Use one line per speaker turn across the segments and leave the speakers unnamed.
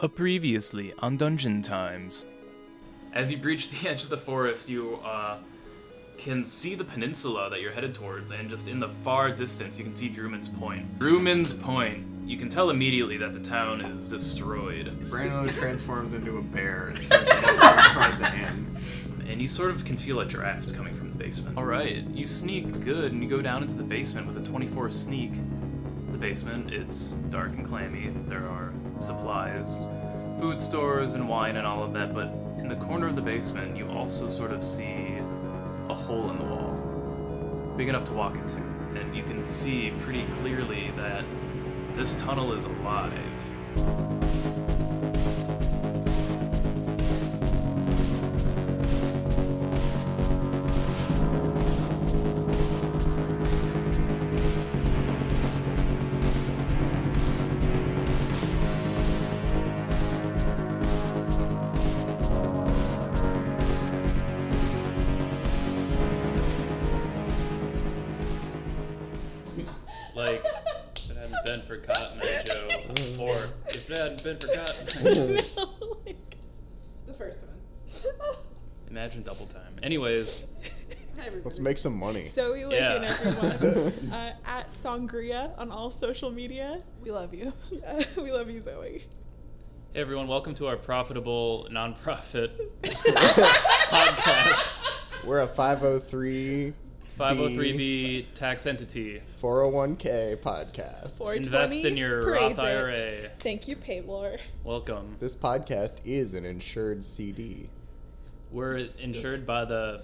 A previously on Dungeon Times.
As you breach the edge of the forest, you uh, can see the peninsula that you're headed towards, and just in the far distance, you can see Druman's Point. Druman's Point. You can tell immediately that the town is destroyed,
Brando transforms into a bear and starts to walk toward the inn.
and you sort of can feel a draft coming from the basement. All right, you sneak good, and you go down into the basement with a 24 sneak. The basement, it's dark and clammy. There are supplies, food stores, and wine, and all of that. But in the corner of the basement, you also sort of see a hole in the wall. big enough to walk into. And you can see pretty clearly that this tunnel is alive.
Like, if it hadn't been for Cotton Eye Joe, or if it hadn't been for Cotton Eye Joe.
The first one.
Imagine double time. Anyways,
Let's make some money.
So we like
Yeah.
in everyone uh, at Sangria on all social media.
We love you.
Uh, we love you, Zoe.
hey everyone, welcome to our profitable nonprofit podcast.
We're a 503
503B tax entity.
401k podcast.
420
Invest in your Roth
praise it.
IRA.
Thank you, Paylor.
Welcome.
This podcast is an insured CD.
We're insured by the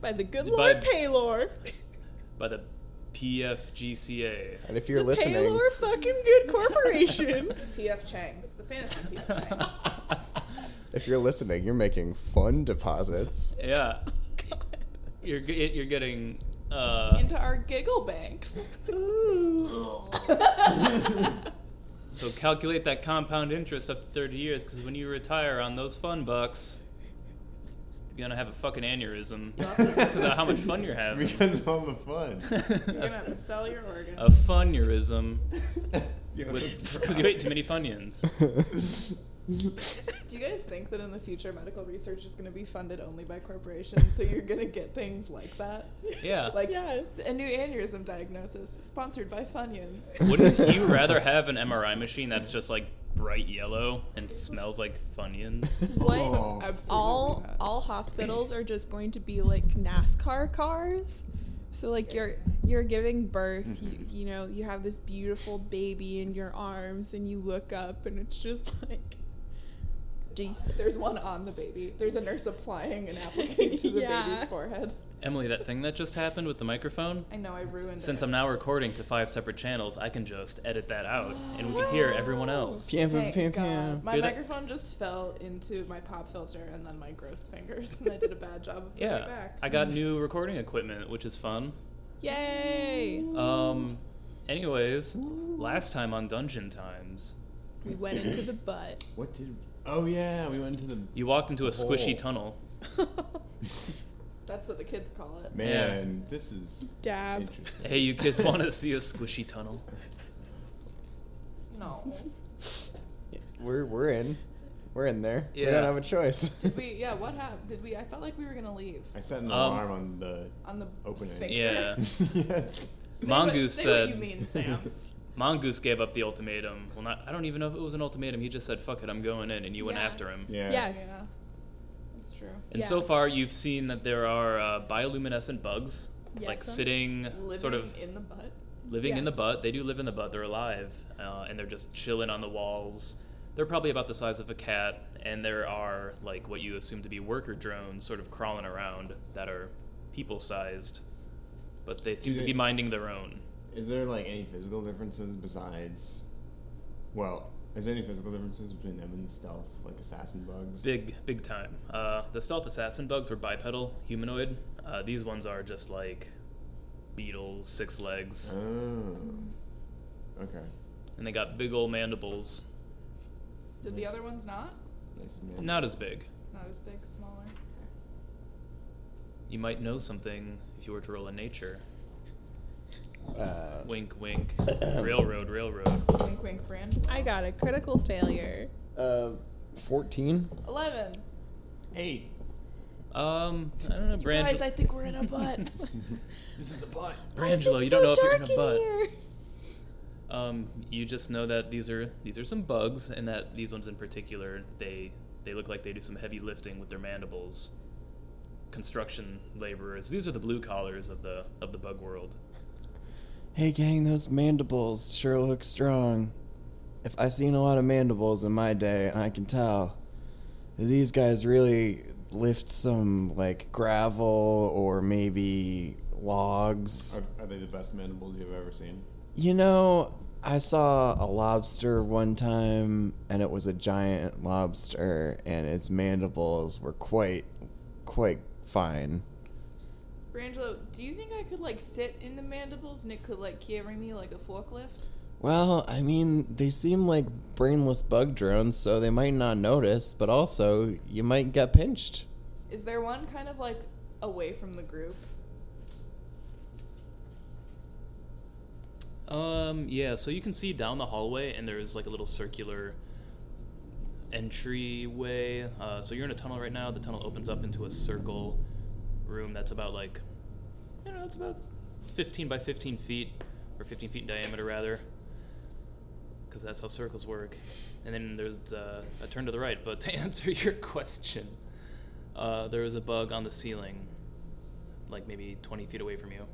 By the good
By-
Lord, Paylor.
by the PFGCA.
And if you're listening,
Paylor fucking good corporation. PF Chang's. The fantasy PF Chang's.
if you're listening, you're making fun deposits.
yeah, you're g- you're getting uh,
Into our giggle banks.
So calculate that compound interest up to 30 years, because when you retire on those fun bucks, you're gonna have a fucking aneurysm because of how much fun you're having.
Because of all the fun.
You're gonna have to sell your organ.
A funurism
You know, it's-
because you ate too many funyuns.
Do you guys think that in the future medical research is gonna be funded only by corporations? so you're gonna get things like that?
Yeah.
Like
Yes.
a new aneurysm diagnosis sponsored by Funyuns.
Wouldn't you rather have an MRI machine that's just like bright yellow and smells like funyuns?
What?
Oh.
all all hospitals are just going to be like NASCAR cars. So like you're you're giving birth,
Mm-hmm.
you you know, you have this beautiful baby in your arms and you look up and it's just like D.
There's one on the baby. There's a nurse applying an application to the
Yeah.
baby's forehead.
Emily, that thing that just happened with the microphone.
I know I ruined
Since
it.
I'm now recording to five separate channels, I can just edit that out and we can hear everyone else.
Pam, pam,
Thank
pam,
God.
pam.
My
You're the-
microphone just fell into my pop filter and then my gross fingers, and I did a bad job of putting it
Yeah,
back.
I got new recording equipment, which is fun.
Yay!
Um. Anyways, last time on Dungeon Times,
We went into the butt.
What did. Oh, yeah, we went into the.
you walked into a squishy
Oh.
tunnel.
That's what the kids call it.
Man, this is
Dab.
interesting.
Hey, you kids want to see a squishy tunnel?
No.
We're we're in. We're in there. We
Yeah.
don't have a choice.
We yeah. What happened? Did we? I felt like we were gonna leave
I set an
Um,
alarm on the.
on the
Open it.
sphincter.
Yeah.
yes.
Say
Mongoose
what, say
said-
What you mean, Sam?
Mongoose gave up the ultimatum. Well, not, I don't even know if it was an ultimatum. He just said, "Fuck it, I'm going in," and you went
Yeah.
after him.
Yeah.
Yes.
yeah. That's true.
And
Yeah.
so far, you've seen that there are uh, bioluminescent bugs,
Yes,
like
huh?
sitting,
Living
sort of
in the butt.
living
Yeah.
in the butt. They do live in the butt. They're alive, uh, and they're just chilling on the walls. They're probably about the size of a cat, and there are like what you assume to be worker drones, sort of crawling around that are people-sized, but they seem
Do
to
they-
be minding their own.
Is there, like, any physical differences besides. Well, is there any physical differences between them and the stealth, like assassin bugs?
Big, big time. Uh, the stealth assassin bugs were bipedal, humanoid. Uh, these ones are just like beetles, six legs,
Oh. Okay.
and they got big old mandibles.
Did the
Nice.
other ones not?
Nice man.
Not as big.
Not as big, smaller.
You might know something if you were to roll in nature.
Uh,
Wink, wink. railroad, railroad.
Wink, wink, Brand.
I got a critical failure.
Uh, 14?
11.
Eight.
Um, I don't know,
Guys, I
Brangelo.
think we're in a butt.
This is a butt.
Brangelo, you don't know if you're in a butt. Um, you just know that these are these are some bugs, and that these ones in particular, they they look like they do some heavy lifting with their mandibles. Construction laborers. These are the blue collars of the of the bug world.
Hey, gang, those mandibles sure look strong. If I seen a lot of mandibles in my day, and I can tell, these guys really lift some like gravel or maybe logs.
Are, are they the best mandibles you've ever seen?
You know, I saw a lobster one time, and it was a giant lobster, and its mandibles were quite, quite fine.
Brangelo, do you think I could like sit in the mandibles and it could like carry me like a forklift?
Well, I mean, they seem like brainless bug drones, so they might not notice, but also you might get pinched.
Is there one kind of like away from the group?
Um, yeah, so you can see down the hallway, and there's like a little circular entryway. Uh, so you're in a tunnel right now. The tunnel opens up into a circle room that's about like, you know, it's about 15 by 15 feet, or 15 feet in diameter rather, because that's how circles work. And then there's uh, a turn to the right. But to answer your question, uh, there was a bug on the ceiling, like maybe 20 feet away from you.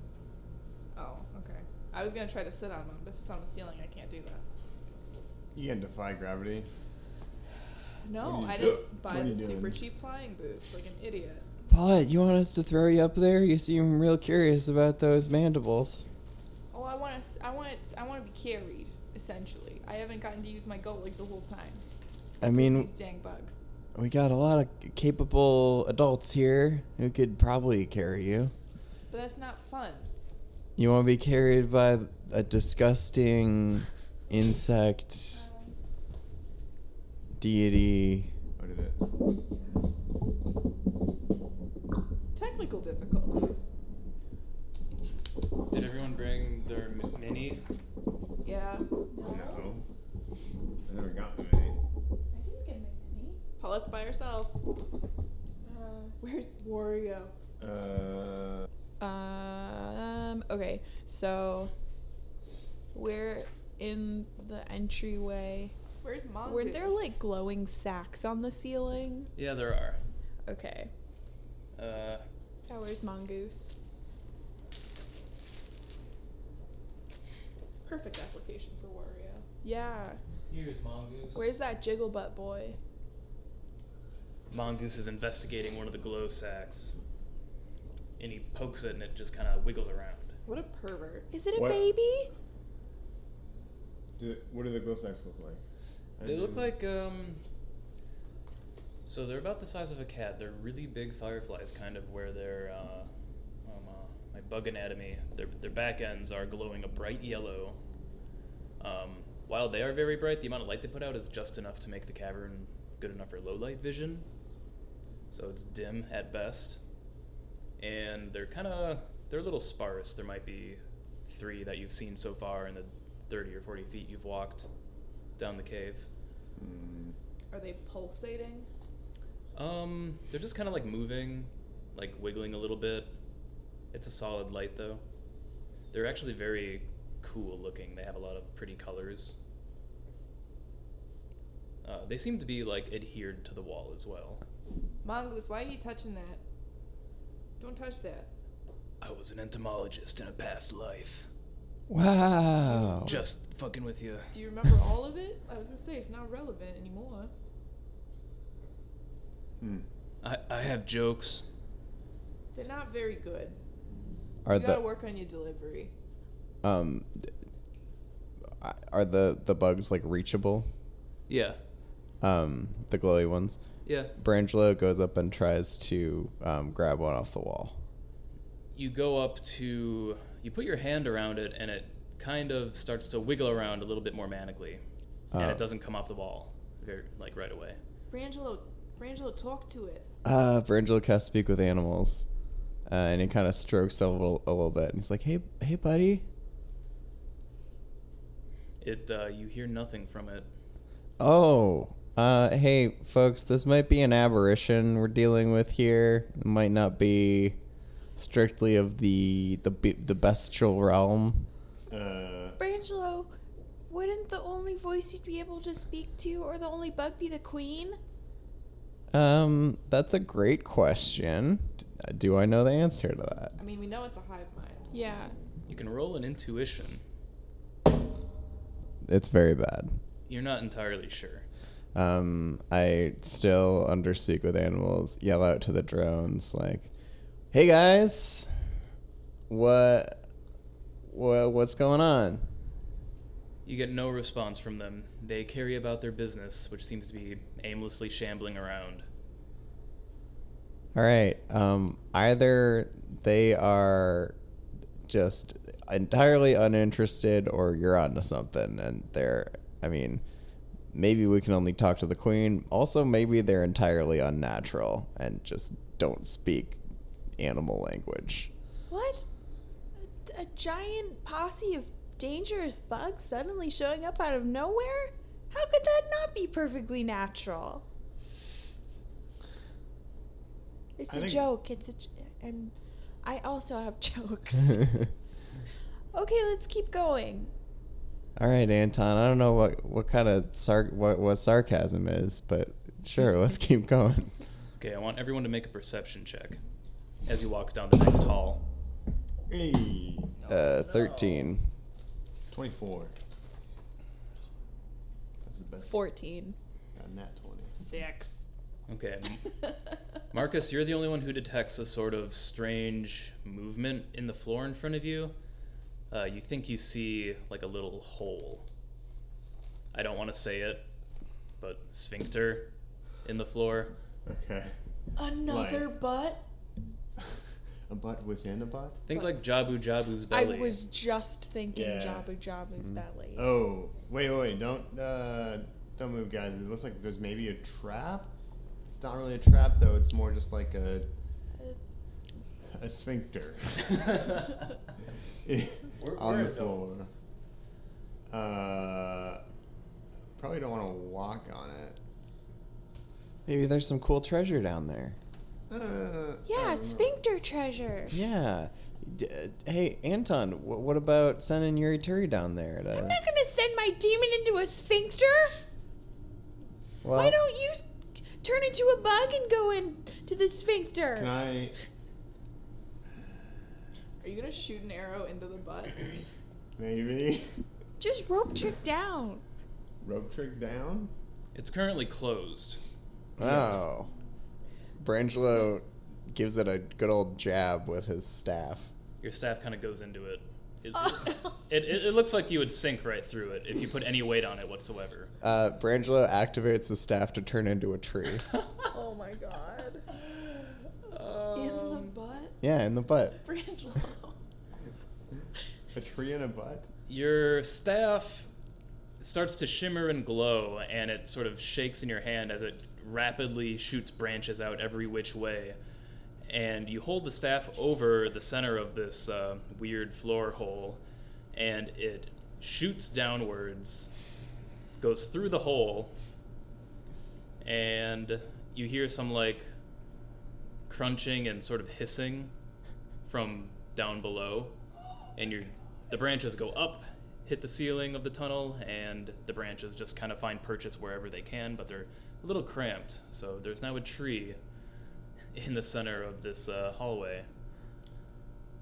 Oh, okay. I was gonna try to sit on one, but if it's on the ceiling, I can't do that.
You can defy gravity. What
No,
are you-
I didn't buy
what are
the
you
super
doing?
cheap flying boots like an idiot.
Paulette, you want us to throw you up there? You seem real curious about those mandibles.
Oh, I want to. I want. I want to be carried. Essentially, I haven't gotten to use my goat like the whole time.
I mean,
These dang bugs.
we got a lot of capable adults here who could probably carry you.
But that's not fun.
You want to be carried by a disgusting insect deity.
What Oh, did it?
Technical difficulties.
Did everyone bring their mi- mini?
Yeah.
No. I never got any.
I didn't get many.
Paulette's by herself.
Uh,
Where's Wario?
Uh,
um. Okay. So we're in the entryway.
Where's Mongoose?
Were there like glowing sacks on the ceiling?
Yeah, there are.
Okay.
Uh,
Yeah, where's Mongoose?
perfect application for Wario?
Yeah.
here's Mongoose.
Where's that jiggle butt boy?
Mongoose is investigating one of the glow sacks, and he pokes it, and it just kind of wiggles around.
What a pervert.
Is it a
What?
baby?
do, what do the glow sacks look like? I
They look
didn't-
like um. So they're about the size of a cat. They're really big fireflies, kind of where their uh, um, uh, my bug anatomy. Their their back ends are glowing a bright yellow. Um, while they are very bright, the amount of light they put out is just enough to make the cavern good enough for low light vision. So it's dim at best, and they're kind of they're a little sparse. There might be three that you've seen so far in the thirty or forty feet you've walked down the cave.
Hmm.
Are they pulsating?
Um, they're just kind of like moving, like wiggling a little bit. It's a solid light though. They're actually very cool looking. They have a lot of pretty colors. Uh, they seem to be like adhered to the wall as well.
Mongoose, why are you touching that? Don't touch that.
I was an entomologist in a past life.
Wow.
Just fucking with you.
Do you remember all of it? I was gonna say it's not relevant anymore.
Hmm.
I, I have jokes.
They're not very good.
Are
you gotta
the
work on your delivery.
Um, are the, the bugs, like, reachable?
Yeah.
Um, the glowy ones?
Yeah.
Brangelo goes up and tries to um, grab one off the wall.
you go up to you put your hand around it and it kind of starts to wiggle around a little bit more manically and
Oh.
it doesn't come off the wall very, like right away
Brangelo, Brangelo, talk to it.
Uh, Brangelo can speak with animals, uh, and he kind of strokes a little, a little bit, and he's like, "Hey, hey, buddy."
it uh, you hear nothing from it
Oh,
Uh, hey, folks, this might be an aberration we're dealing with here. It might not be strictly of the the be- the bestial realm.
Uh,
Brangelo, wouldn't the only voice you'd be able to speak to or the only bug be the queen?
Um, that's a great question. D- Do I know the answer to that?
I mean, we know it's a hive mind.
Yeah.
You can roll an intuition.
It's very bad.
You're not entirely sure.
Um, I still underspeak with animals, yell out to the drones like, "Hey guys, what, what what's going on?"
You get no response from them. They carry about their business, which seems to be aimlessly shambling around.
All right. Um, either they are just entirely uninterested, or you're onto something, and they're. I mean, maybe we can only talk to the queen. Also, maybe they're entirely unnatural and just don't speak animal language.
What? A, a giant posse of dangerous bugs suddenly showing up out of nowhere? How could that not be perfectly natural? It's
I
a
think-
joke. It's a j- and I also have jokes. okay, let's keep going.
All right, Anton. I don't know what what kind of sar- what what sarcasm is, but sure, let's keep going.
Okay, I want everyone to make a perception check as you walk down the next hall.
hey,
Uh, thirteen.
24. That's the best.
14.
Got a nat 20.
Six.
Okay, M- Marcus, you're the only one who detects a sort of strange movement in the floor in front of you. Uh, you think you see like a little hole. I don't want to say it, but sphincter in the floor.
Okay.
Another butt?
A butt within a butt?
Think like Jabu Jabu's
I
belly.
was just thinking
Yeah.
Jabu Jabu's belly.
Oh, wait, wait, wait. Don't, uh, don't move, guys. It looks like there's maybe a trap. It's not really a trap, though. It's more just like a. A sphincter. on the floor. Uh, probably don't want to walk on it.
Maybe there's some cool treasure down there.
Uh,
yeah, sphincter treasure.
Yeah. D- uh, hey, Anton, wh- what about sending Yuri Turi down there? To,
I'm not gonna send my demon into a sphincter.
well,
Why don't you s- turn into a bug and go into the sphincter?
Can I?
Are you gonna shoot an arrow into the butt?
Maybe.
Just rope trick down.
Rope trick down?
it's currently closed.
Oh. Brangelo gives it a good old jab with his staff.
Your staff kind of goes into it. It,
Ah.
Oh
it, it. it looks like you would sink right through it if you put any weight on it whatsoever.
Uh, Brangelo activates the staff to turn into a tree.
oh my god.
In the
Um,
butt?
yeah, in the butt.
Brangelo.
A tree and a butt?
Your staff starts to shimmer and glow, and it sort of shakes in your hand as it rapidly shoots branches out every which way. And you hold the staff over the center of this uh, weird floor hole, and it shoots downwards, goes through the hole, and you hear some like crunching and sort of hissing from down below and your the branches go up, hit the ceiling of the tunnel, and the branches just kind of find purchase wherever they can, but they're a little cramped. So there's now a tree in the center of this uh, hallway.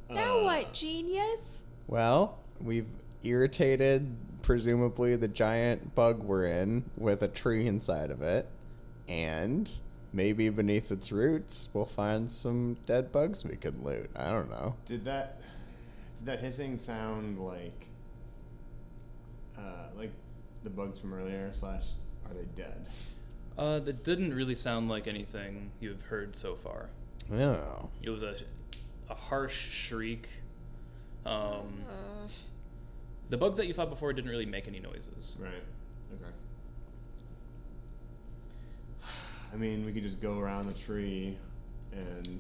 Now
Uh,
what, genius?
Well, we've irritated, presumably, the giant bug we're in with a tree inside of it. And maybe beneath its roots, we'll find some dead bugs we can loot. I don't know.
Did that? Did that hissing sound like? Uh, like the bugs from earlier? Slash, are they dead?
Uh, that didn't really sound like anything you've heard so far.
Oh.
It was a, a harsh shriek. Um,
Uh.
the bugs that you fought before didn't really make any noises.
Right. Okay. I mean, we could just go around the tree, and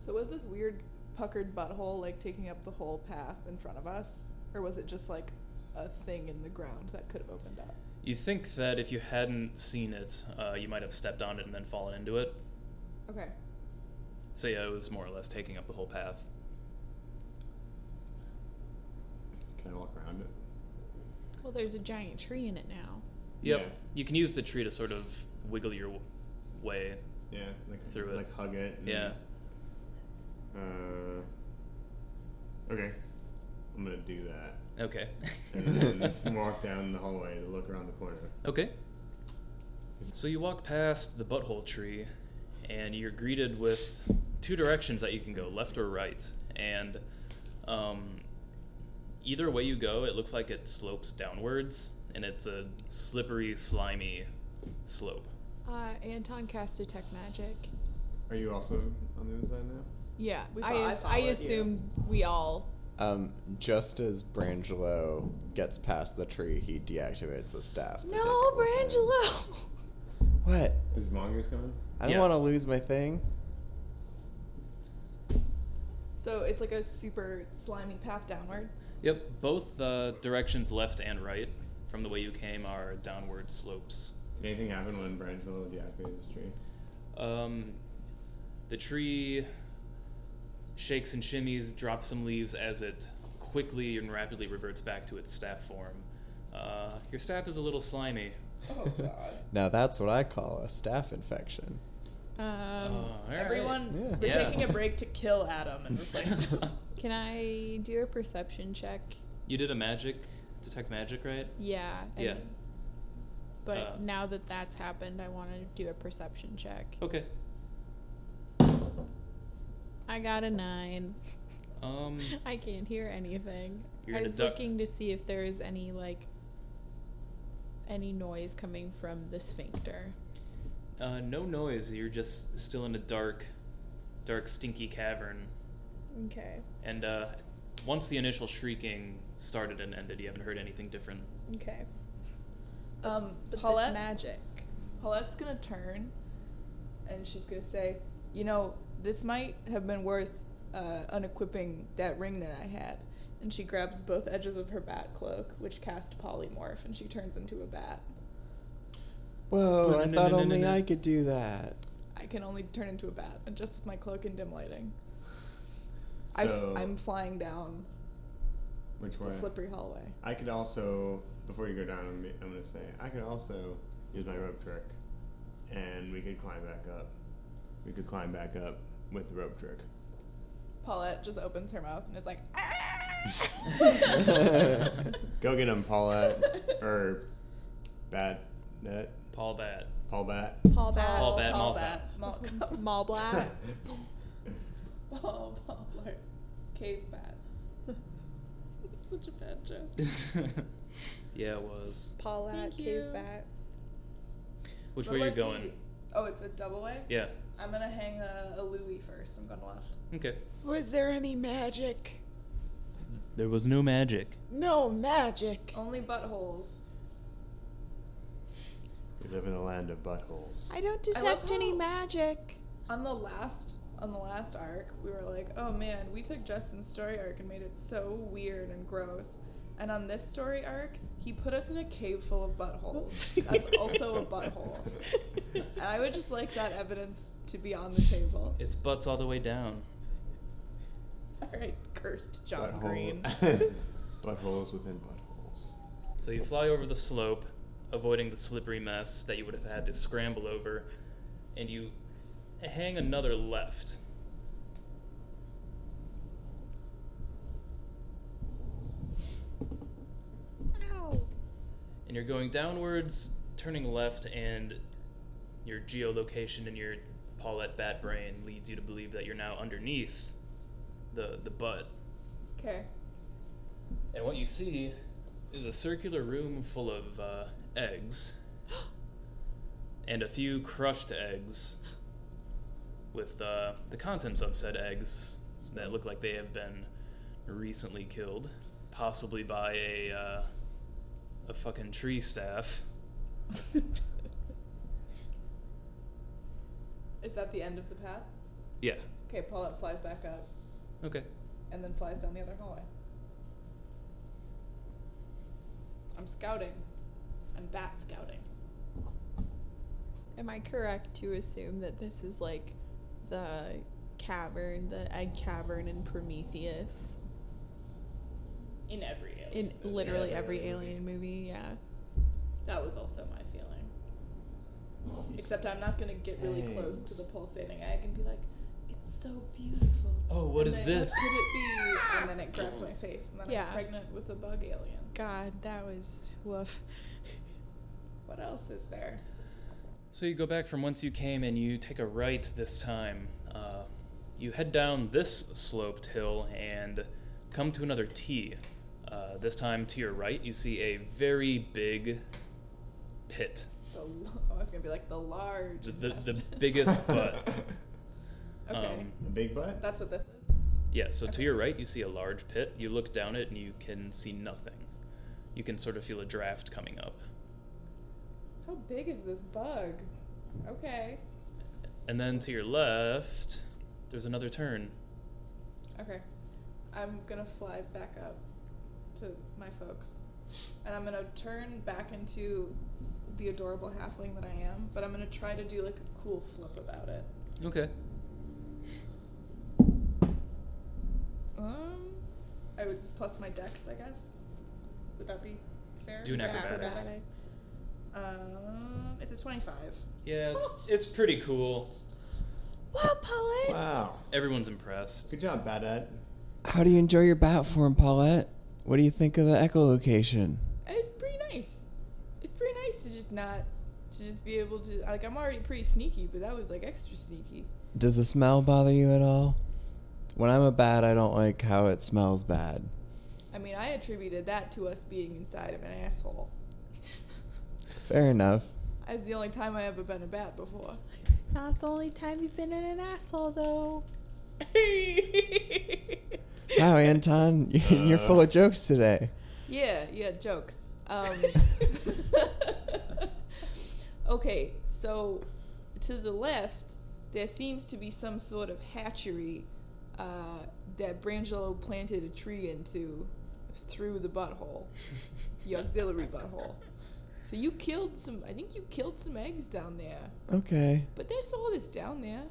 So was this weird puckered butthole like taking up the whole path in front of us, or was it just like a thing in the ground that could have opened up?
You think that if you hadn't seen it, uh, you might have stepped on it and then fallen into it.
Okay.
So yeah, it was more or less taking up the whole path.
Can I walk around it?
Well, there's a giant tree in it now.
Yep.
Yeah.
You can use the tree to sort of wiggle your w- way.
Yeah, like
Through it.
like hug it. and-
Yeah.
Uh, okay, I'm gonna do that,
Okay.
and then walk down the hallway to look around the corner.
okay. So you walk past the butthole tree, and you're greeted with two directions that you can go, left or right. And um, either way you go, it looks like it slopes downwards, and it's a slippery, slimy slope.
Uh, Anton cast detect magic.
Are you also on the other side now?
Yeah,
We
I,
fo- I
as- I
followed you.
assume we all.
Um, just as Brangelo gets past the tree, he deactivates the staff. to take
No,
it with him.
Brangelo.
What?
Is Mongoose coming?
I don't
Yeah.
want to lose my thing.
So it's like a super slimy path downward.
Yep, both uh, directions, left and right, from the way you came, are downward slopes.
Did anything happen when Brangelo deactivated this tree?
Um, the tree shakes and shimmies, drops some leaves as it quickly and rapidly reverts back to its staff form. Uh, your staff is a little slimy.
Oh god.
Now that's what I call a staff infection.
Um,
Uh,
Uh.
all right.
Everyone,
Yeah.
we're
Yeah.
taking a break to kill Adam and replace him.
can I do a perception check?
you did a magic, detect magic, right?
Yeah. I
Yeah.
mean, But
Uh,
now that that's happened, I want to do a perception check.
Oh.
Okay.
I got a nine.
Um,
I can't hear anything.
You're
I
in a
was
duck-
looking to see if there is any like any noise coming from the sphincter.
uh, no noise. You're just still in a dark, dark, stinky cavern.
Okay.
And uh, once the initial shrieking started and ended, you haven't heard anything different.
Okay.
Um,
But
Paulette,
this magic.
Paulette's gonna turn, and she's gonna say, "You know, this might have been worth uh, unequipping that ring that I had." And she grabs both edges of her bat cloak, which cast polymorph, and she turns into a bat.
Whoa! I thought only
Ba-na-na-na-na-na.
I could do that.
I can only turn into a bat, and just with my cloak and dim lighting, I
So-
f- I'm flying down
Which
the
way?
slippery hallway.
I could also, before you go down, I'm, I'm gonna say I could also use my rope trick, and we could climb back up. We could climb back up with the rope trick.
Paulette just opens her mouth and is like,
Go get him, Paulette or Bat Net,
Paul Bat.
Paul Bat.
Paul Bat.
Paul Bat.
Paul
Mall Bat.
Mall Cop.
Mall Black.
Paul Poplar. Cave bat. Such a bad joke.
yeah, it was.
Paul
Thank
Bat. Cave
you.
Bat.
Which
But
way you're
what's the-
going?
Oh, it's a double way?
Yeah.
I'm gonna hang a, a Louis first. I'm going left.
Okay.
Was there any magic?
There was no magic.
No magic.
Only buttholes.
We live in a land of buttholes.
I don't
I love
detect any
how-
magic.
On the last on the last arc, we were like, oh man, we took Justin's story arc and made it so weird and gross. And on this story arc, he put us in a cave full of buttholes. That's also a butthole.
Oh,
And I would just like that evidence to be on the table.
It's butts all the way down.
All right, cursed John
Butthole-
Green.
buttholes within buttholes.
So you fly over the slope, avoiding the slippery mess that you would have had to scramble over, and you hang another left.
Ow.
And you're going downwards, turning left, and your geolocation and your Paulette bat brain leads you to believe that you're now underneath the, the butt.
Okay.
And what you see is a circular room full of uh, eggs and a few crushed eggs with uh, the contents of said eggs that look like they have been recently killed, possibly by a, uh, a fucking tree staff.
Is that the end of the path?
Yeah.
Okay, Paulette flies back up
Okay.
and then flies down the other hallway. I'm scouting. and bat scouting.
Am I correct to assume that this is like the cavern, the egg cavern in Prometheus?
In every alien.
In
movie.
literally
every
every
alien
alien movie, yeah.
That was also my feeling. Except I'm not gonna get really close to the pulsating egg and be like, "It's so beautiful."
Oh, what
and
is
then,
this?
What could it be? And then it grabs my face, and then I'm
Yeah.
pregnant with a bug alien.
God, that was woof.
What else is there?
So you go back from whence you came and you take a right this time. Uh, you head down this sloped hill and come to another T. Uh, this time to your right, you see a very big pit.
The, l- I was gonna be like the large.
The, the, the
intestine.
biggest butt.
Okay,
Um,
A big butt?
that's what this is.
Yeah, so to your right, you see a large pit. You look down it and you can see nothing. You can sort of feel a draft coming up.
How big is this bug? Okay.
And then to your left, there's another turn.
Okay. I'm gonna fly back up to my folks. And I'm gonna turn back into the adorable halfling that I am, but I'm gonna try to do like a cool flip about it.
Okay.
Um I would plus my dex, I guess. Would that be fair?
Do an
Yeah,
acrobatics.
Um it's a twenty five.
Yeah, it's, it's pretty cool.
Wow, Paulette!
Wow.
Everyone's impressed.
Good job, Badat.
How do you enjoy your bat form, Paulette? What do you think of the echolocation?
It's pretty nice. It's pretty nice to just not to just be able to like I'm already pretty sneaky, but that was like extra sneaky.
Does the smell bother you at all? When I'm a bat, I don't like how it smells bad.
I mean I attributed that to us being inside of an asshole.
Fair enough.
That's the only time I ever been a bat before.
Not the only time you've been in an asshole though.
Wow, Anton, you- you're full of jokes today.
Yeah, yeah, jokes. Um, okay, so to the left, there seems to be some sort of hatchery uh, that Brangelo planted a tree into through the butthole, the auxiliary butthole. So you killed some. I think you killed some eggs down there,
Okay.
but there's all this down there.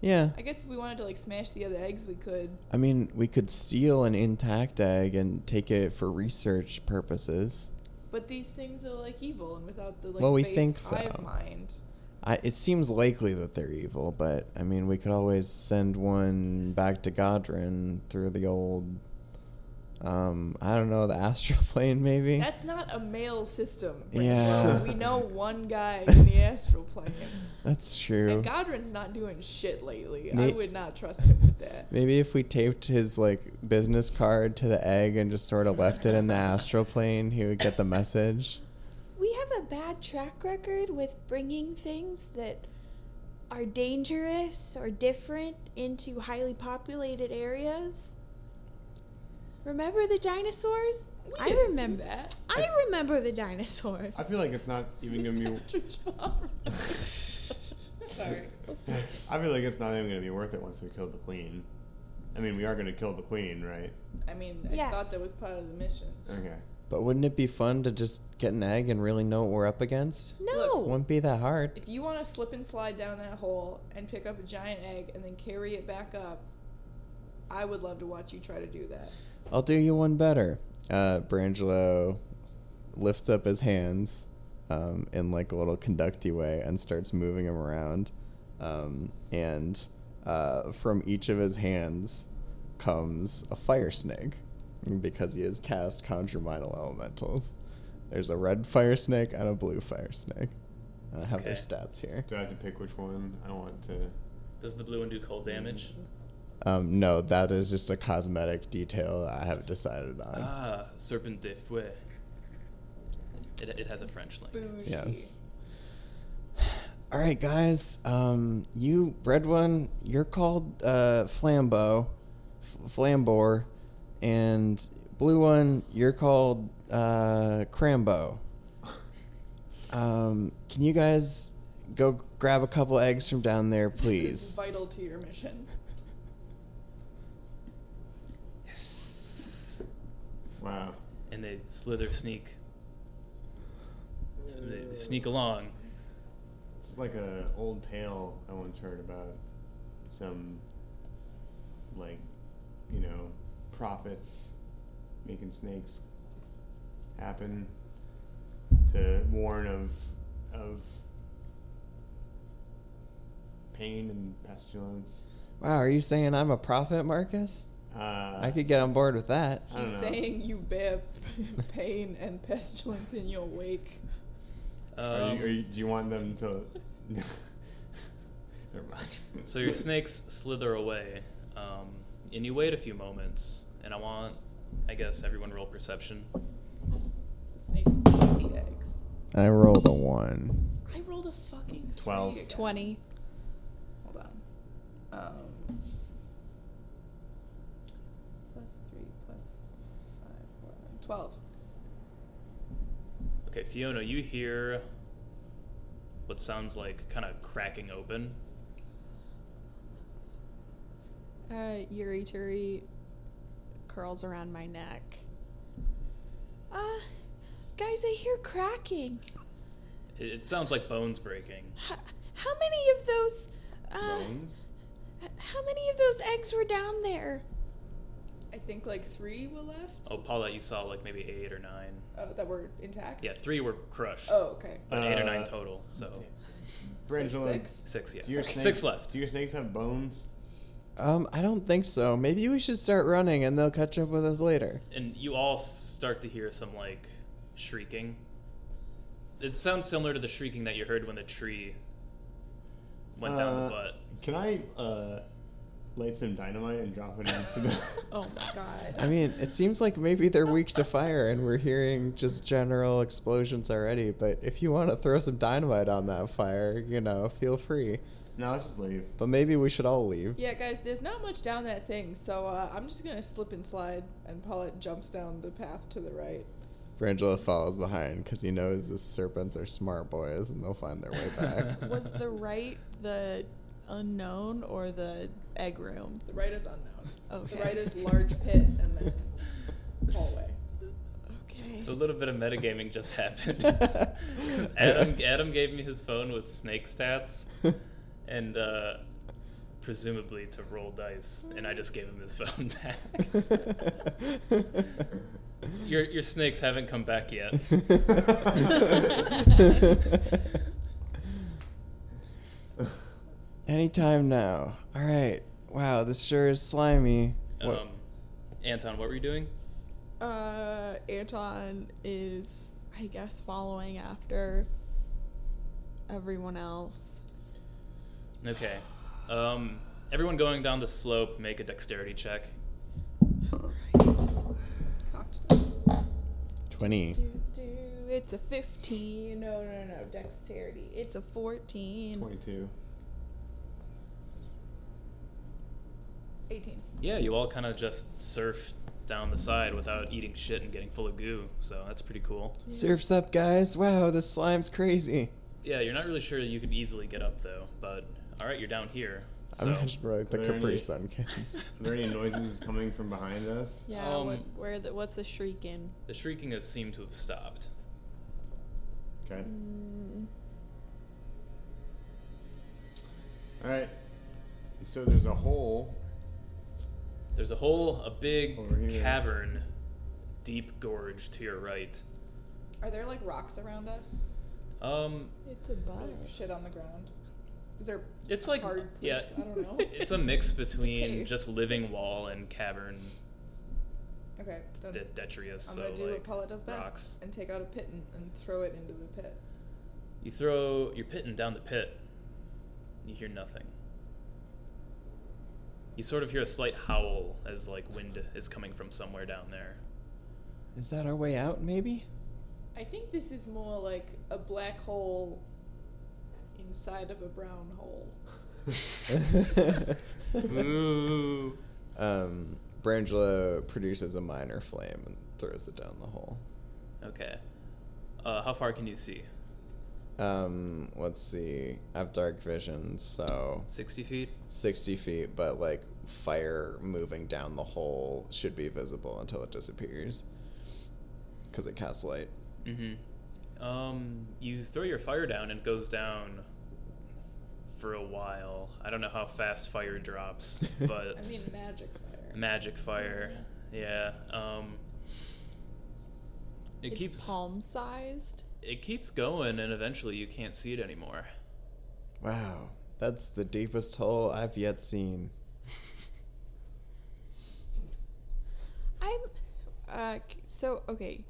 Yeah.
I guess if we wanted to like smash the other eggs, we could.
I mean, we could steal an intact egg and take it for research purposes.
But these things are like evil and without the like
Well, we
base
think so.
hive mind.
I, it seems likely that they're evil, but I mean, we could always send one back to Godrin through the old, um, I don't know, the astral plane, maybe.
That's not a male system.
Yeah.
We know one guy in the astral plane.
That's true.
And Godrin's not doing shit lately. I
May-
would not trust him with that.
Maybe if we taped his like business card to the egg and just sort of left it in the astral plane, he would get the message.
We have a bad track record with bringing things that are dangerous or different into highly populated areas. Remember the dinosaurs?
We
I
didn't do
remember.
that.
I remember the dinosaurs.
I feel like it's not even gonna be.
Sorry.
I feel like it's not even gonna be worth it once we kill the queen. I mean, we are gonna kill the queen, right?
I mean, I
Yes.
thought that was part of the mission.
Okay.
But wouldn't it be fun to just get an egg and really know what we're up against?
no.
Wouldn't be that hard.
If you want to slip and slide down that hole and pick up a giant egg and then carry it back up, I would love to watch you try to do that.
I'll do you one better. Uh, Brangelo lifts up his hands um, in like a little conducty way and starts moving them around. Um, and uh, from each of his hands comes a fire snake because he has cast Conjure Minor Elementals. There's a red fire snake and a blue fire snake. I have their
Okay.
stats here.
Do I have to pick which one I want to?
Does the blue one do cold damage?
Um, no, that is just a cosmetic detail that I have decided on.
Ah, Serpent de Fouet. It, it has a French link.
Bougie.
Yes. All right, guys. Um, you red one, you're called uh, Flambeau, F- Flambor, and blue one, you're called uh, Crambo. Um, can you guys go grab a couple eggs from down there,
This is
please?
vital to your mission.
Wow.
And they slither sneak. s- they- they sneak along.
It's like a old tale I once heard about some like you know prophets making snakes happen to warn of of pain and pestilence.
Wow, are you saying I'm a prophet, Marcus?
Uh,
I could get on board with that.
I don't
He's
know.
saying you bear p- pain and pestilence in your wake.
Are
Um,
you, are you, do you want them to? Never mind.
So your snakes slither away, um, and you wait a few moments. And I want, I guess, everyone roll perception.
The snakes eat the eggs.
I rolled a one.
I rolled a fucking
Twelve.
Here you go.
20.
Hold on. Um, plus three, plus five, four, twelve.
Okay, Fiona, you hear what sounds like kind of cracking open.
Uh, Yuri Turi curls around my neck.
Uh, guys, I hear cracking.
It, it sounds like bones breaking.
How, how many of those, uh,
Bones?
h- how many of those eggs were down there?
I think like three were left.
Oh, Paulette, you saw like maybe eight or nine.
Oh, that were intact.
Yeah, three were crushed,
Oh, okay.
but eight or nine
Uh,
total. So
So
Brangela,
six.
six, yeah,
do your snakes,
six left.
Do your snakes have bones?
Um, I don't think so. Maybe we should start running and they'll catch up with us later.
and you all start to hear some like shrieking. It sounds similar to the shrieking that you heard when the tree went down the
Uh,
butt.
Can I uh, light some dynamite and drop it into the?
Oh my god.
I mean, it seems like maybe they're weak to fire and we're hearing just general explosions already, but if you want to throw some dynamite on that fire, you know, feel free.
no, let's just leave.
But maybe we should all leave.
Yeah, guys, there's not much down that thing, so uh, I'm just gonna slip and slide, and Paulette jumps down the path to the right.
Brangela follows behind because he knows the serpents are smart boys and they'll find their way back.
Was the right the unknown or the egg room?
The right is unknown.
Okay.
The right is large pit, and then hallway.
Okay.
So a little bit of metagaming just happened. 'Cause Adam Adam gave me his phone with snake stats and uh, presumably to roll dice, and I just gave him his phone back. your your snakes haven't come back yet.
Anytime now. All right. Wow, this sure is slimy. What-
Um, Anton, what were you doing?
Uh, Anton is, I guess, following after everyone else.
Okay. Um, everyone going down the slope, make a dexterity check.
Cocked up.
20.
Do, do, it's a 15. No, no, no. Dexterity. It's a 14.
Twenty-two.
18.
Yeah, you all kind of just surf down the side without eating shit and getting full of goo, so that's pretty cool.
Surf's up, guys. Wow, this slime's crazy.
Yeah, you're not really sure you could easily get up though, but all right, you're down here.
I
So
imagine we're like the
Are there
Capri
any-
Sun kids.
Are there any noises coming from behind us?
Yeah, what,
Um,
where the, what's the shrieking?
the shrieking has seemed to have stopped.
Okay.
Mm,
All right. So there's a hole.
There's a hole, a big
Over here.
cavern, deep gorge to your right.
Are there like rocks around us?
Um,
It's a
Or,
bug.
like, shit on the ground? Is there
it's like
hard?
yeah,
I don't know.
it's a mix between
cave.
just living wall and cavern
Okay, then
de- detritus.
Um, I'm
so
gonna do
like
what Paulette does best
rocks.
and take out a pit and, and throw it into the pit.
You throw your pitten down the pit. You hear nothing. You sort of hear a slight howl as like wind is coming from somewhere down there.
is that our way out, maybe?
I think this is more like a black hole inside of a brown hole.
Ooh.
um, Brangelo produces a minor flame and throws it down the hole.
Okay. Uh, how far can you see?
Um, let's see. I have dark vision, so
60 feet?
60 feet, but like fire moving down the hole should be visible until it disappears because it casts light.
Mm hmm. Um, you throw your fire down and it goes down for a while. I don't know how fast fire drops, but
I mean, magic fire.
magic fire. Yeah. Um, it
it's
keeps
palm sized.
it keeps going, and eventually you can't see it anymore.
Wow, that's the deepest hole I've yet seen.
I'm. Uh, c- so okay.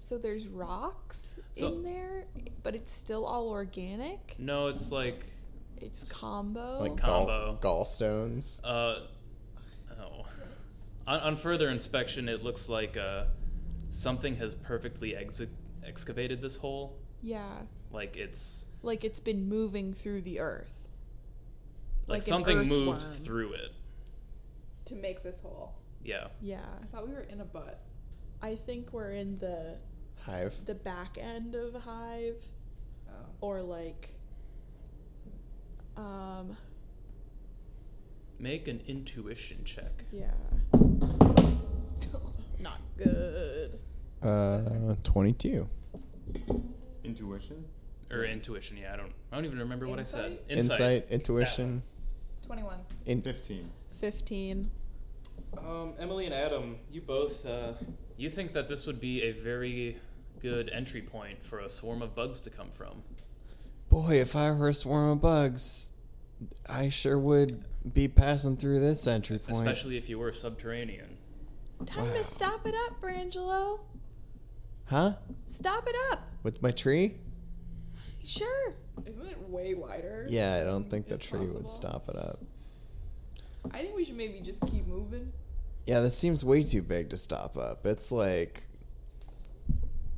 So there's rocks
So-
in there, but it's still all organic.
No, it's like
It's combo.
Like
Combo.
Gall- gallstones.
uh, oh. On, on further inspection, it looks like uh, something has perfectly exe- excavated this hole.
yeah,
Like it's
like it's been moving through the earth.
like,
Like an
something moved
earthworm.
through it.
To make this hole.
Yeah.
Yeah,
I thought we were in a butt.
I think we're in the
Hive.
the back end of a hive,
Oh.
or like, um,
Make an intuition check.
yeah, not good.
Uh, twenty-two.
Intuition?
Or intuition, yeah. I don't I don't even remember what I said.
Insight, intuition,
21.
in-
15.
Fifteen.
Um, Emily and Adam, you both uh, you think that this would be a very good entry point for a swarm of bugs to come from.
Boy, if I were a swarm of bugs, I sure would be passing through this entry point.
Especially if you were subterranean.
Time
Wow.
to stop it up, Brangelo.
huh?
Stop it up.
With my tree?
Sure.
Isn't it way wider?
Yeah, I don't think the
It's
tree
possible.
would stop it up.
I think we should maybe just keep moving.
Yeah, this seems way too big to stop up. It's like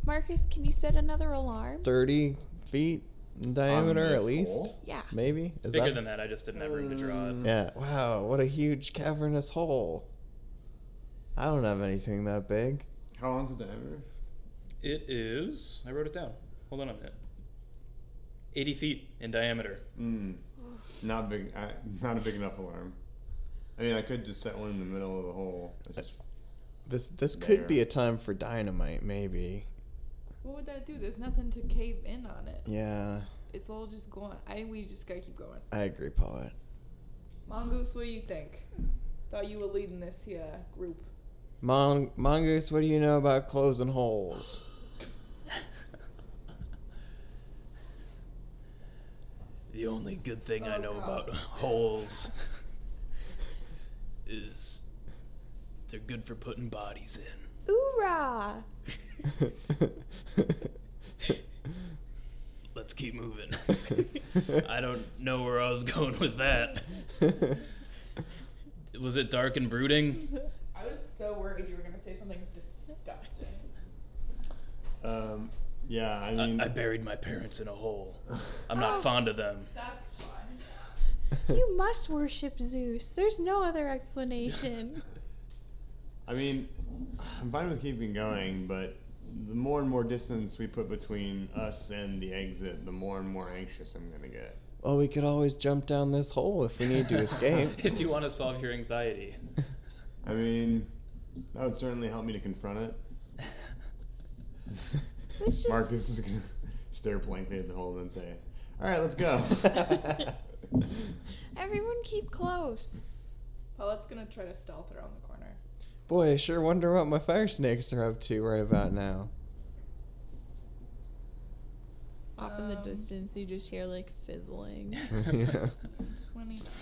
Marcus, can you set another alarm?
thirty feet in diameter
this
at least.
hole?
Yeah.
Maybe is
Bigger
that?
than that, I just didn't have room to draw it.
yeah. Wow, what a huge cavernous hole. I don't have anything that big.
How long's the diameter?
It is I wrote it down. Hold on a minute. Eighty feet in diameter.
Mm. Not big. I, not a big enough alarm. I mean, I could just set one in the middle of the hole. It's just-
This this could be
There.
a time for dynamite, maybe.
What would that do? There's nothing to cave in on it.
Yeah,
It's all just going. I think we just gotta keep going.
I agree, poet.
Mongoose, what do you think? Thought you were leading this here group.
Mon- Mongoose, what do you know about closing holes?
The only good thing I
Oh,
know
God.
about holes is they're good for putting bodies in.
Oorah.
Let's keep moving. I don't know where I was going with that. Was it dark and brooding?
I was so worried you were gonna say something disgusting.
um, yeah, I
I,
mean,
I buried my parents in a hole. I'm not
Oh.
fond of them.
That's fine.
you must worship Zeus. There's no other explanation.
I mean, I'm fine with keeping going, but the more and more distance we put between us and the exit, the more and more anxious I'm gonna get.
well, we could always jump down this hole if we need to escape.
if you want to solve your anxiety,
I mean, that would certainly help me to confront it.
Let's just
Marcus is gonna stare blankly at the hole and say, "All right, let's go."
everyone keep close.
Paulette's gonna try to stealth around the corner.
Boy, I sure wonder what my fire snakes are up to right about now.
Off in the
Um,
distance, you just hear like fizzling.
Twenty time.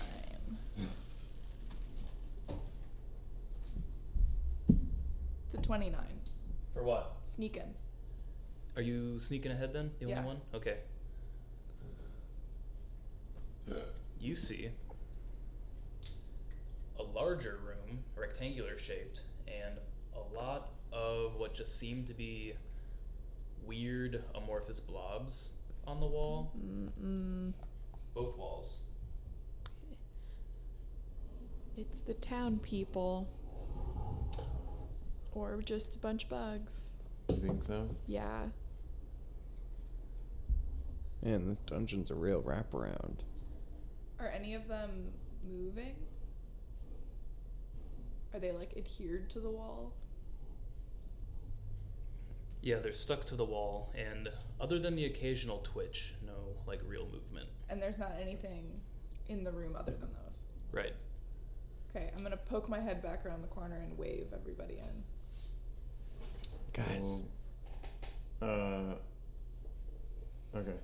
To twenty-nine.
for what?
Sneaking.
Are you sneaking ahead then? The only
Yeah.
one? Okay. You see a larger room, rectangular shaped, and a lot of what just seemed to be weird amorphous blobs on the wall.
Mm-mm.
Both walls.
It's the town people. Or just a bunch of bugs.
You think so?
Yeah.
Man, this dungeon's a real wraparound.
Are any of them moving? Are they like adhered to the wall?
Yeah, they're stuck to the wall, and other than the occasional twitch, no like real movement.
And there's not anything in the room other than those.
Right.
Okay, I'm gonna poke my head back around the corner and wave everybody in.
Guys,
Uh. Okay.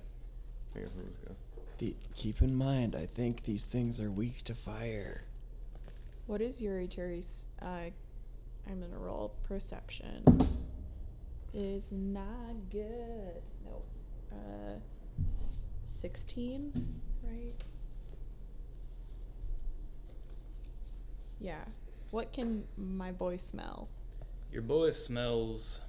I guess we'll just go.
The, keep in mind, I think these things are weak to fire.
What is Yuri Terry's? Uh, I'm gonna roll perception. It's not good. No. Uh, sixteen, right? Yeah. What can my boy smell?
Your boy smells.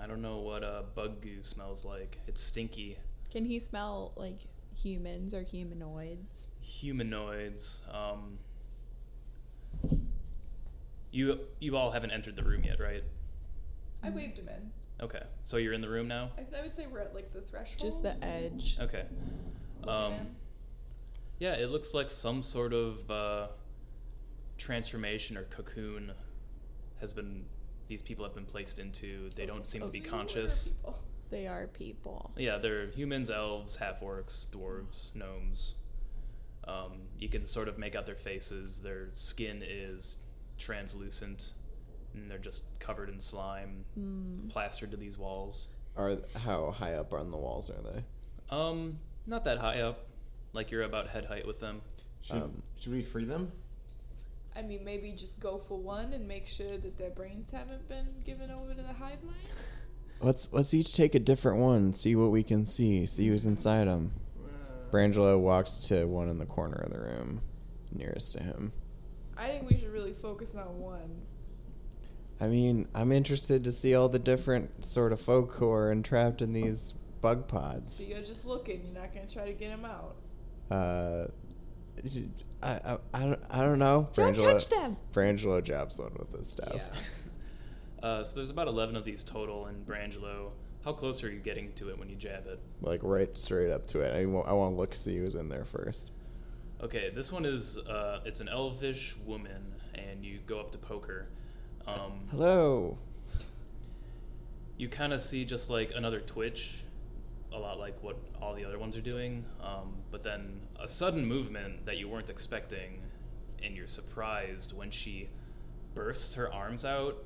I don't know what uh, bug goo smells like. It's stinky.
Can he smell like humans or humanoids?
Humanoids. Um, you you all haven't entered the room yet, right?
I waved him in.
Okay, so you're in the room now.
I, I would say we're at like the threshold.
Just the edge.
Okay. Um,
Looking in.
yeah, it looks like some sort of uh, transformation or cocoon has been. These people have been placed into. They don't seem to be
These
conscious.
are people.
They are people.
Yeah, they're humans, elves, half orcs, dwarves, gnomes. Um, you can sort of make out their faces. Their skin is translucent, and they're just covered in slime, plastered to these walls.
are how high up on the walls are they?
Um, not that high up. Like you're about head height with them.
Should,
Um,
should we free them?
I mean, maybe just go for one and make sure that their brains haven't been given over to the hive mind.
Let's let's each take a different one. See what we can see. See who's inside them. Brangelo walks to one in the corner of the room, nearest to him.
I think we should really focus on one.
I mean, I'm interested to see all the different sort of folk who are entrapped in these bug
So
pods.
you're just looking. You're not gonna try to get him out.
Uh, is it- I, I, I, don't, I don't know.
Don't touch them.
Brangelo jabs one with his staff.
Uh, so there's about 11 of these total in Brangelo. How close are you getting to it when you jab it?
Like right straight up to it. I, wa- I want to look see who's in there first.
Okay, this one is uh, it's an elvish woman, and you go up to poke her. Um,
Hello.
you kind of see just like another twitch a lot like what all the other ones are doing um, but then a sudden movement that you weren't expecting and you're surprised when she bursts her arms out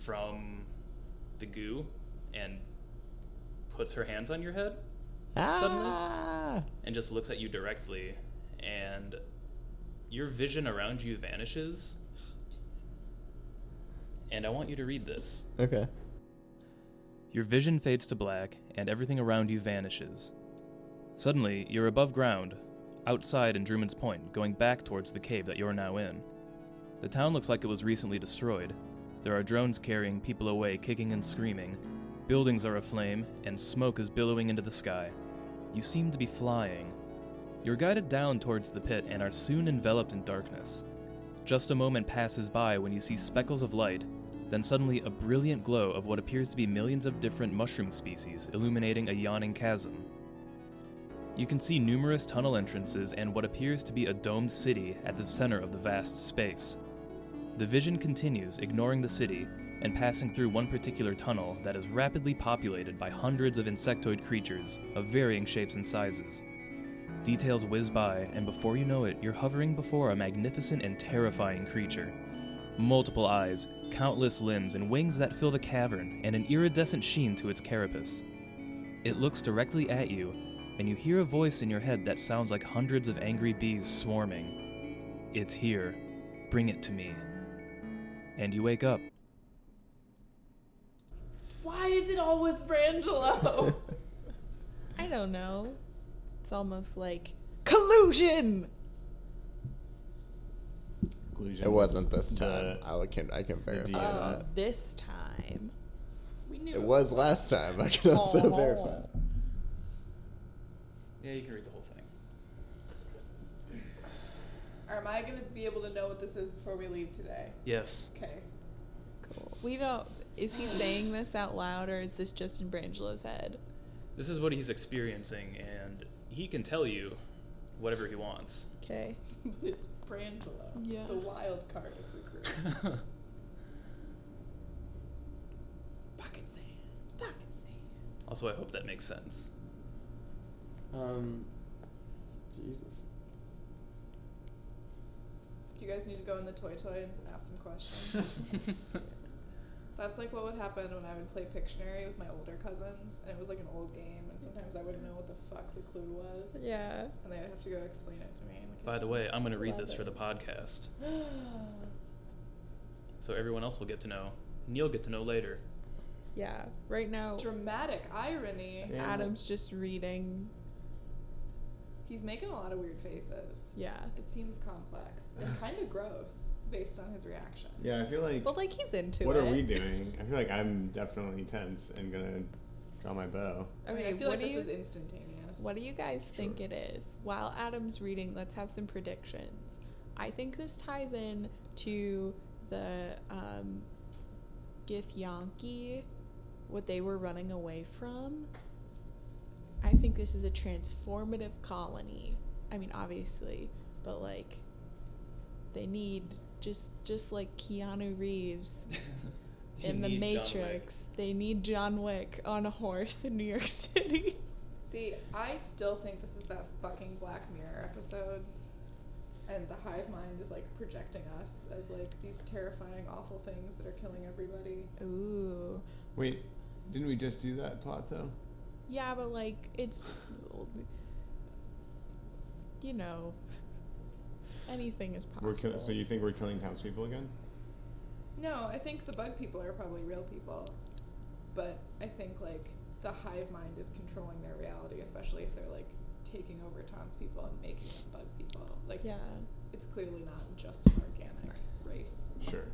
from the goo and puts her hands on your head suddenly
Ah.
and just looks at you directly and your vision around you vanishes and i want you to read this
Okay.
Your vision fades to black, and everything around you vanishes. Suddenly, you're above ground, outside in Druman's Point, going back towards the cave that you're now in. The town looks like it was recently destroyed. There are drones carrying people away, kicking and screaming. Buildings are aflame, and smoke is billowing into the sky. You seem to be flying. You're guided down towards the pit and are soon enveloped in darkness. Just a moment passes by when you see speckles of light, then suddenly a brilliant glow of what appears to be millions of different mushroom species illuminating a yawning chasm. You can see numerous tunnel entrances and what appears to be a domed city at the center of the vast space. The vision continues, ignoring the city and passing through one particular tunnel that is rapidly populated by hundreds of insectoid creatures of varying shapes and sizes. Details whiz by, and before you know it, you're hovering before a magnificent and terrifying creature. Multiple eyes, countless limbs, and wings that fill the cavern, and an iridescent sheen to its carapace. It looks directly at you, and you hear a voice in your head that sounds like hundreds of angry bees swarming. It's here. Bring it to me. And you wake up.
Why is it always Brangelo?
I don't know. It's almost like collusion.
Conclusion.
It wasn't this time.
The-
I can I can verify
Yeah.
Uh,
that.
this time.
we knew
It was last time. I can also
Oh.
verify.
yeah you can read the whole thing
Or am I gonna be able to know what this is before we leave today?
yes
Okay.
Cool. We don't. Is he saying this out loud or is this just in Brangelo's head?
this is what he's experiencing, and he can tell you whatever he wants.
Okay.
But it's Brangelo,
Yeah.
the wild card of the group. Pocket sand.
Also, I hope that makes sense.
Um, Jesus.
You guys need to go in the toy toy and ask some questions. That's like what would happen when I would play Pictionary with my older cousins, and it was like an old game, and sometimes I wouldn't know what the fuck the clue was,
Yeah.
and they would have to go explain it to me. In the
By the way, I'm going to read
Love
this
it.
for the podcast
kitchen.
so everyone else will get to know. Neil get to know later.
Yeah. Right now,
dramatic irony.
Damn it.
Adam's just reading.
He's making a lot of weird faces.
Yeah.
It seems complex and kind of gross based on his reaction.
Yeah, I feel like.
But like he's into
what
it.
are we doing? I feel like I'm definitely tense and gonna draw my bow.
Okay.
I feel
what
like
do
this
you
is instantaneous.
What do you guys think it is? While Adam's reading, let's have some predictions. I think this ties in to the um, Githyanki, what they were running away from. I think this is a transformative colony. I mean, obviously, but like, they need just just like Keanu Reeves in the Matrix. They need John Wick on a horse in New York City.
See, I still think this is that fucking Black Mirror episode. And the hive mind is like projecting us as like these terrifying, awful things that are killing everybody.
Ooh.
Wait, didn't we just do that plot though?
Yeah, but like it's you know anything is possible.
We're kill- so you think we're killing townspeople again?
No, I think the bug people are probably real people. But I think like the hive mind is controlling their reality, especially if they're like taking over townspeople and making them bug people. Like
yeah.
it's clearly not just an organic race.
Sure.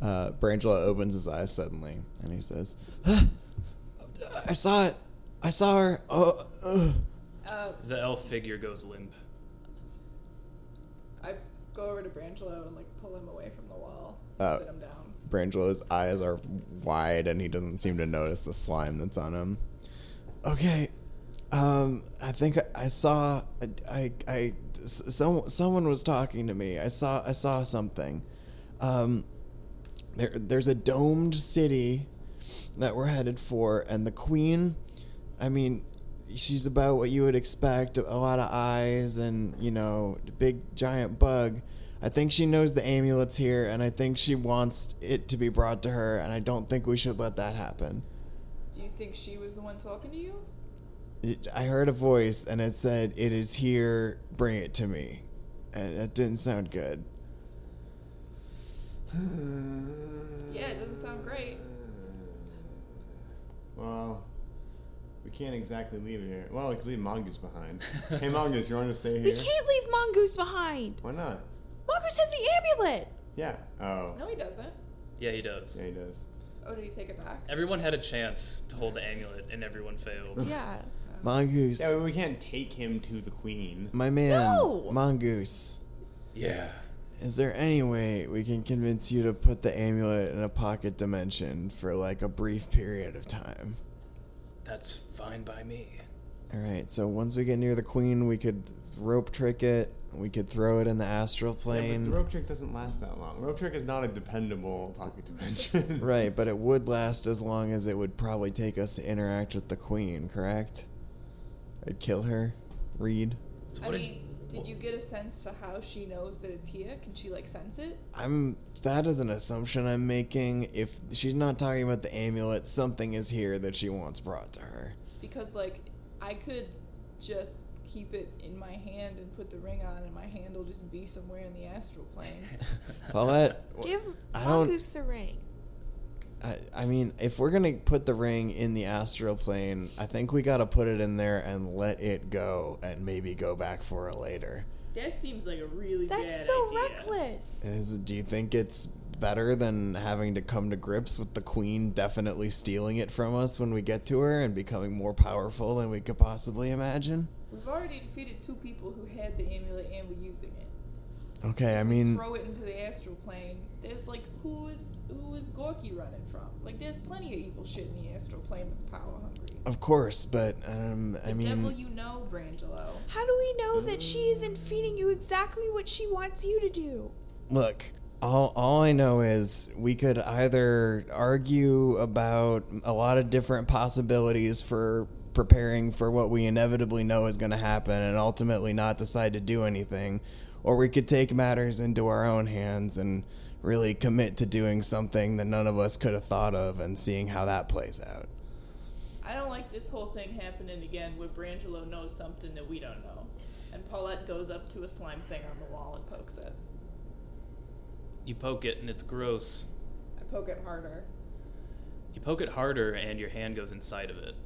Uh, Brangela opens his eyes suddenly and he says, "Ah, I saw it. I saw her. Oh, ugh."
Uh,
The elf figure goes limp.
I go over to Brangelo and like pull him away from the wall,
Uh,
sit him down.
Brangela's eyes are wide and he doesn't seem to notice the slime that's on him. Okay. Um, I think I, I saw. I, I, I- s- some, someone was talking to me. I saw. I saw something. Um, there, there's a domed city that we're headed for, and the queen. I mean, she's about what you would expect a lot of eyes and, you know, big giant bug. I think she knows the amulet's here, and I think she wants it to be brought to her, and I don't think we should let that happen.
Do you think she was the one talking to you?
It, I heard a voice, and it said, It is here, bring it to me. And that didn't sound good.
Yeah, it doesn't sound great.
Well, we can't exactly leave it here. Well, we could leave Mongoose behind. hey, Mongoose, you want to stay
We
here?
can't leave Mongoose behind.
Why not?
Mongoose has the amulet.
Yeah. Oh.
No, he doesn't.
Yeah, he does.
Yeah, he does.
Oh, did he take it back?
Everyone had a chance to hold the amulet, and everyone failed.
Yeah.
Mongoose.
Uh, Yeah, but we can't take him to the queen.
My man,
No!
Mongoose.
Yeah.
Is there any way we can convince you to put the amulet in a pocket dimension for like a brief period of time?
That's fine by me.
All right, so once we get near the queen, we could rope trick it. We could throw it in the astral
Yeah, but
plane.
the rope trick doesn't last that long. Rope trick is not a dependable pocket dimension.
right, but it would last as long as it would probably take us to interact with the queen, correct? I'd kill her. Reed.
So
I
what if-
mean, did
wh-
you get a sense for how she knows that it's here? Can she like sense it?
I'm that is an assumption I'm making. If she's not talking about the amulet, something is here that she wants brought to her.
Because like I could just keep it in my hand and put the ring on, and my hand will just be somewhere in the astral plane.
Paulette, wh-
Give
I don't-
Mongoose the ring.
I, I mean, if we're gonna put the ring in the astral plane, I think we gotta put it in there and let it go, and maybe go back for it later.
That seems like a really bad
That's so
idea.
reckless.
Is, do you think it's better than having to come to grips with the queen definitely stealing it from us when we get to her and becoming more powerful than we could possibly imagine?
We've already defeated two people who had the amulet and were using it.
Okay, I mean,
throw it into the astral plane. There's like who is who is Gorky running from? Like there's plenty of evil shit in the astral plane that's power hungry.
of course, but um, I
the devil
mean,
you know, Brangelo.
How do we know that she isn't feeding you exactly what she wants you to do?
look, All, all I know is we could either argue about a lot of different possibilities for preparing for what we inevitably know is going to happen and ultimately not decide to do anything, or we could take matters into our own hands and really commit to doing something that none of us could have thought of and seeing how that plays out.
I don't like this whole thing happening again where Brangelo knows something that we don't know. And Paulette goes up to a slime thing on the wall and pokes it.
You poke it and it's gross.
I poke it harder.
You poke it harder and your hand goes inside of it.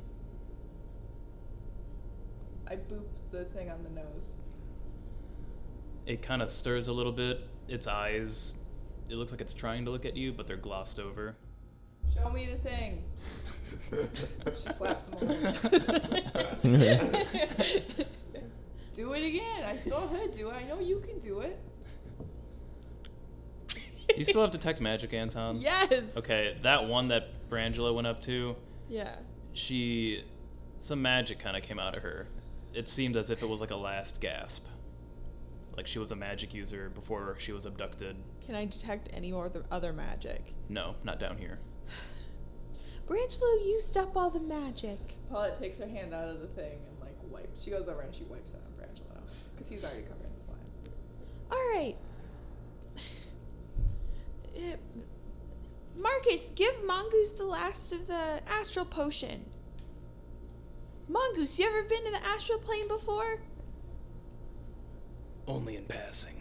I boop the thing on the nose.
It kind of stirs a little bit. Its eyes, it looks like it's trying to look at you, but they're glossed over.
Show me the thing. she slaps him a
little.
Do it again. I saw her do it. I know you can do it.
Do you still have detect magic,
Um,
Anton?
Yes.
Okay, that one that Brangela went up to,
Yeah.
she some magic kind of came out of her. It seemed as if it was like a last gasp. Like she was a magic user before she was abducted.
Can I detect any other other magic?
No, not down here.
Brangelo used up all the magic.
Paulette takes her hand out of the thing and like wipes. She goes over and she wipes it on Brangelo because he's already covered in slime.
All right. Uh, Marcus, give Mongoose the last of the astral potion. Mongoose, you ever been to the astral plane before?
Only in passing.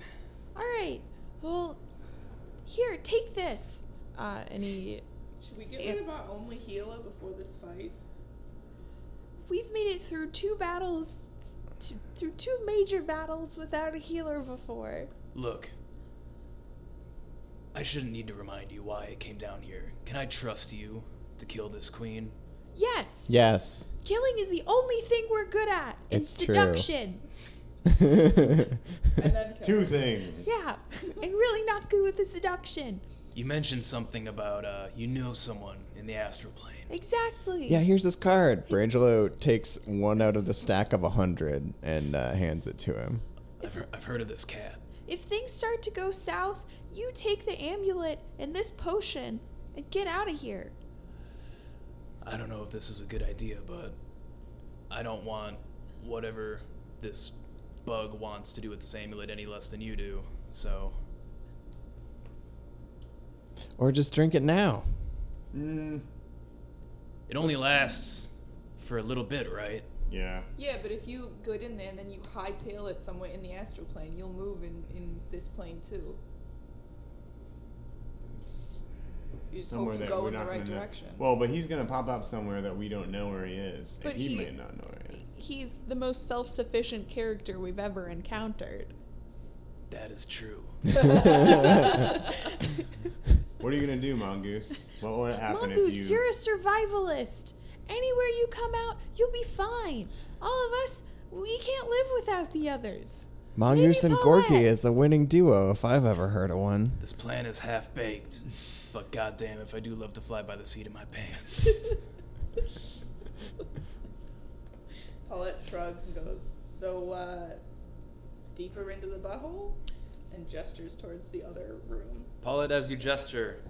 All right. Well, here, take this.
Uh, any?
Should we get rid of our only healer before this fight?
We've made it through two battles, t- through two major battles without a healer before.
Look. I shouldn't need to remind you why I came down here. Can I trust you to kill this queen?
Yes.
Yes.
Killing is the only thing we're good at. And
It's true.
seduction.
Two things.
Yeah. and really not good with the seduction.
You mentioned something about uh, you know someone in the astral plane.
Exactly.
Yeah, here's his card. Brangelo takes one out of the stack of a hundred and uh, hands it to him.
I've, he- I've heard of this cat.
If things start to go south, you take the amulet and this potion and get out of here.
I don't know if this is a good idea, but I don't want whatever this bug wants to do with this amulet any less than you do. So
Or just drink it now.
Mm,
it only lasts for a little bit, right?
yeah.
Yeah, but if you go in there and then you hightail it somewhere in the astral plane, you'll move in, in this plane too.
It's
You just
somewhere
hope you
that
go
we're
in the
not
right
gonna know.
direction.
Well, but he's gonna pop up somewhere that we don't know where he is,
But
and he,
he-
may not know where he is.
He's the most self-sufficient character we've ever encountered.
That is true.
What are you gonna do, mongoose? What would happen
Mongoose,
if
you...
you?
are a survivalist. Anywhere you come out, you'll be fine. All of us, we can't live without the others.
Mongoose
Maybe
and Gorky
Paulette.
is a winning duo, if I've ever heard of one.
This plan is half baked, but goddamn if I do love to fly by the seat of my pants.
Paulette shrugs and goes, So, uh, deeper into the butthole? And gestures towards the other room.
Paulette, as you gesture,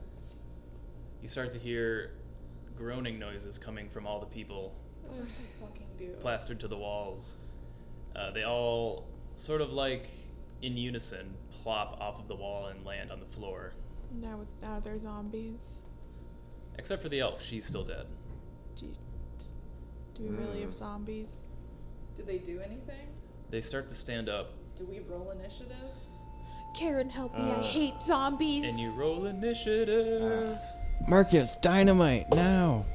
you start to hear groaning noises coming from all the people
Of course I fucking do.
plastered to the walls. Uh, they all sort of like in unison plop off of the wall and land on the floor.
Now, with- now they're zombies.
Except for the elf, she's still dead.
Do, you, do we really have
Mm.
zombies?
Do they do anything?
They start to stand up,
Do we roll initiative?
Karen, help me. I
Uh,
hate zombies.
and you roll initiative.
Marcus, dynamite now.